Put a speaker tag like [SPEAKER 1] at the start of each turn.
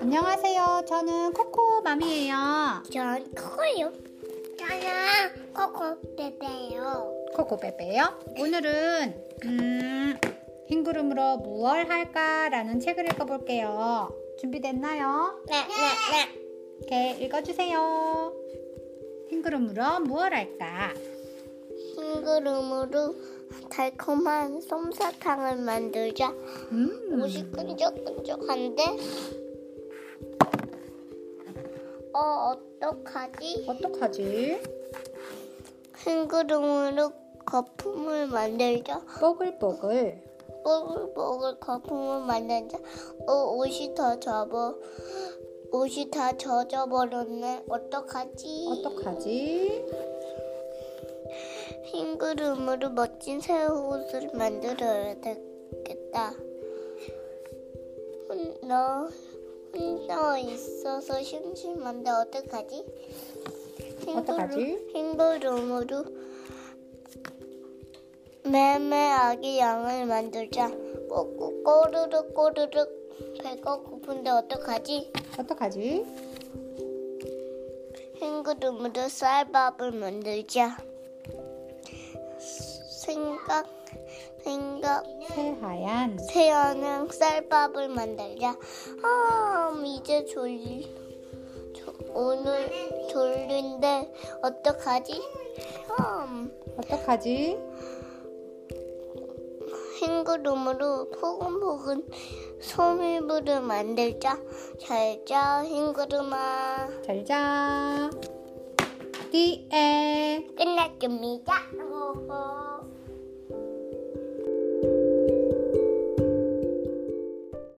[SPEAKER 1] 안녕하세요. 저는 코코맘이에요.
[SPEAKER 2] 전 커요. 저는 코코 베베요.
[SPEAKER 1] 코코빼빼요. 오늘은 음, 흰 구름으로 무얼 할까라는 책을 읽어볼게요. 준비됐나요?
[SPEAKER 2] 네, 네, 네.
[SPEAKER 1] 이렇게 읽어주세요. 흰 구름으로 무얼 할까?
[SPEAKER 2] 싱그름으로 달콤한 솜사탕을 만들자.
[SPEAKER 1] 음,
[SPEAKER 2] 옷이 끈적끈적한데? 어, 어떡하지?
[SPEAKER 1] 어떡하지?
[SPEAKER 2] 싱그름으로 거품을 만들자.
[SPEAKER 1] 뽀글뽀글.
[SPEAKER 2] 뽀글뽀글 거품을 만들자. 어, 옷이 더 젖어. 옷이 다 젖어버렸네. 어떡하지?
[SPEAKER 1] 어떡하지?
[SPEAKER 2] 흰구름으로 멋진 새 옷을 만들어야 되겠다. 혼, 너 혼자 있어서 심심한데 어떡하지? 흰구름-
[SPEAKER 1] 어떡하지?
[SPEAKER 2] 흰구름으로 매매아기 양을 만들자. 뭐, 꼬꾸 꼬르륵 꼬르륵 배가 고픈데 어떡하지?
[SPEAKER 1] 어떡하지?
[SPEAKER 2] 흰구름으로 쌀밥을 만들자. 생각, 생각,
[SPEAKER 1] 새하얀
[SPEAKER 2] 태어난 쌀밥을 만들자. 아, 이제 졸리, 조- 오늘 졸린데 어떡하지? 아,
[SPEAKER 1] 어떡하지?
[SPEAKER 2] 흰구름으로 포근포근 소미불을 만들자. 잘자, 흰구름아.
[SPEAKER 1] 잘자. 띠에
[SPEAKER 2] 끝났습니다. 호호.